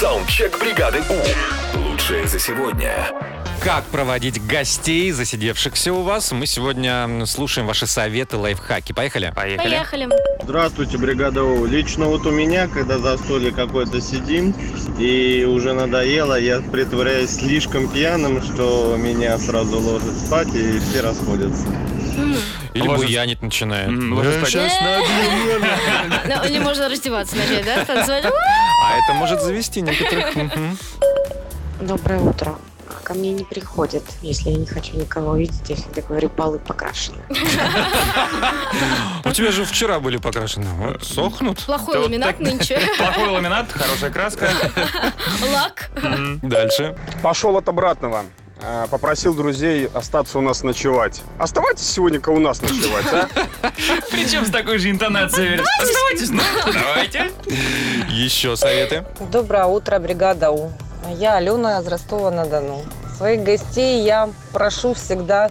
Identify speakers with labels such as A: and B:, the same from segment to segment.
A: Саундчек бригады У. Лучшее за сегодня.
B: Как проводить гостей, засидевшихся у вас? Мы сегодня слушаем ваши советы, лайфхаки. Поехали.
C: Поехали.
D: Поехали.
E: Здравствуйте, бригада У. Лично вот у меня, когда застолье какое-то сидим и уже надоело, я притворяюсь слишком пьяным, что меня сразу ложат спать и все расходятся.
B: Или
C: Ложится-
B: буянить начинаем. М-м.
C: М, ложится спать.
D: Э, Ну, Или можно раздеваться начать, да? Танцевать.
B: А это может завести некоторых. Мгм.
F: Доброе утро. Ко мне не приходят, если я не хочу никого видеть, я всегда говорю, полы покрашены.
B: У тебя же вчера были покрашены. Вот, сохнут.
D: Плохой
C: Да вот
D: ламинат
C: так.
D: нынче.
C: Плохой ламинат, хорошая краска.
D: Лак. Ну,
B: Дальше.
G: Пошел от обратного. А, Попросил друзей остаться у нас ночевать. Оставайтесь сегодня-ка у нас ночевать, а?
C: Причем с такой же интонацией. Оставайтесь, ну, давайте.
B: Еще советы.
H: Доброе утро, бригада У. Я Алена из Ростова-на-Дону. Своих гостей я прошу всегда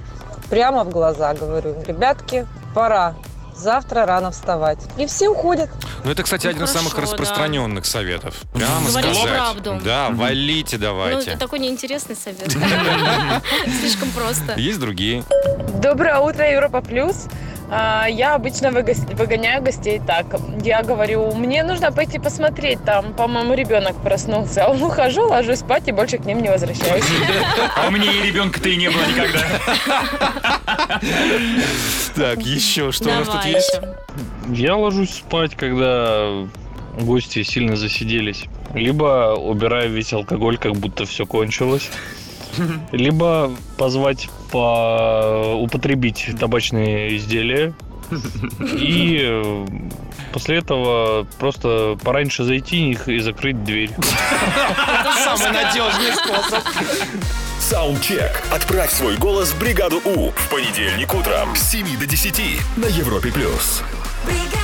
H: прямо в глаза, говорю, ребятки, пора. Завтра рано вставать. И все уходят.
B: Ну, это, кстати,
D: Ну,
B: один из
D: хорошо,
B: самых
D: да.
B: распространенных советов. Прямо
D: Говорите
B: сказать.
D: правду.
B: Да, валите
D: Ну,
B: давайте.
D: это такой неинтересный совет. Слишком просто.
B: Есть другие.
I: Доброе утро, Европа Плюс. А, Я обычно выгос- выгоняю гостей так. Я говорю, мне нужно пойти посмотреть, там, по-моему, ребенок проснулся. А он ухожу, ложусь спать и больше к ним не возвращаюсь.
C: А у меня и ребенка-то и не было никогда.
B: Так, еще что у нас тут
D: Давай
B: есть?
D: еще.
J: Я ложусь спать, когда гости сильно засиделись. Либо убираю весь алкоголь, как будто все кончилось. Либо позвать по употребить табачные изделия. И э, после этого просто пораньше зайти их и закрыть дверь.
B: Самый надежный способ.
A: Саундчек. Отправь свой голос в бригаду У в понедельник утром с 7 до 10 на Европе+. плюс.
K: бригада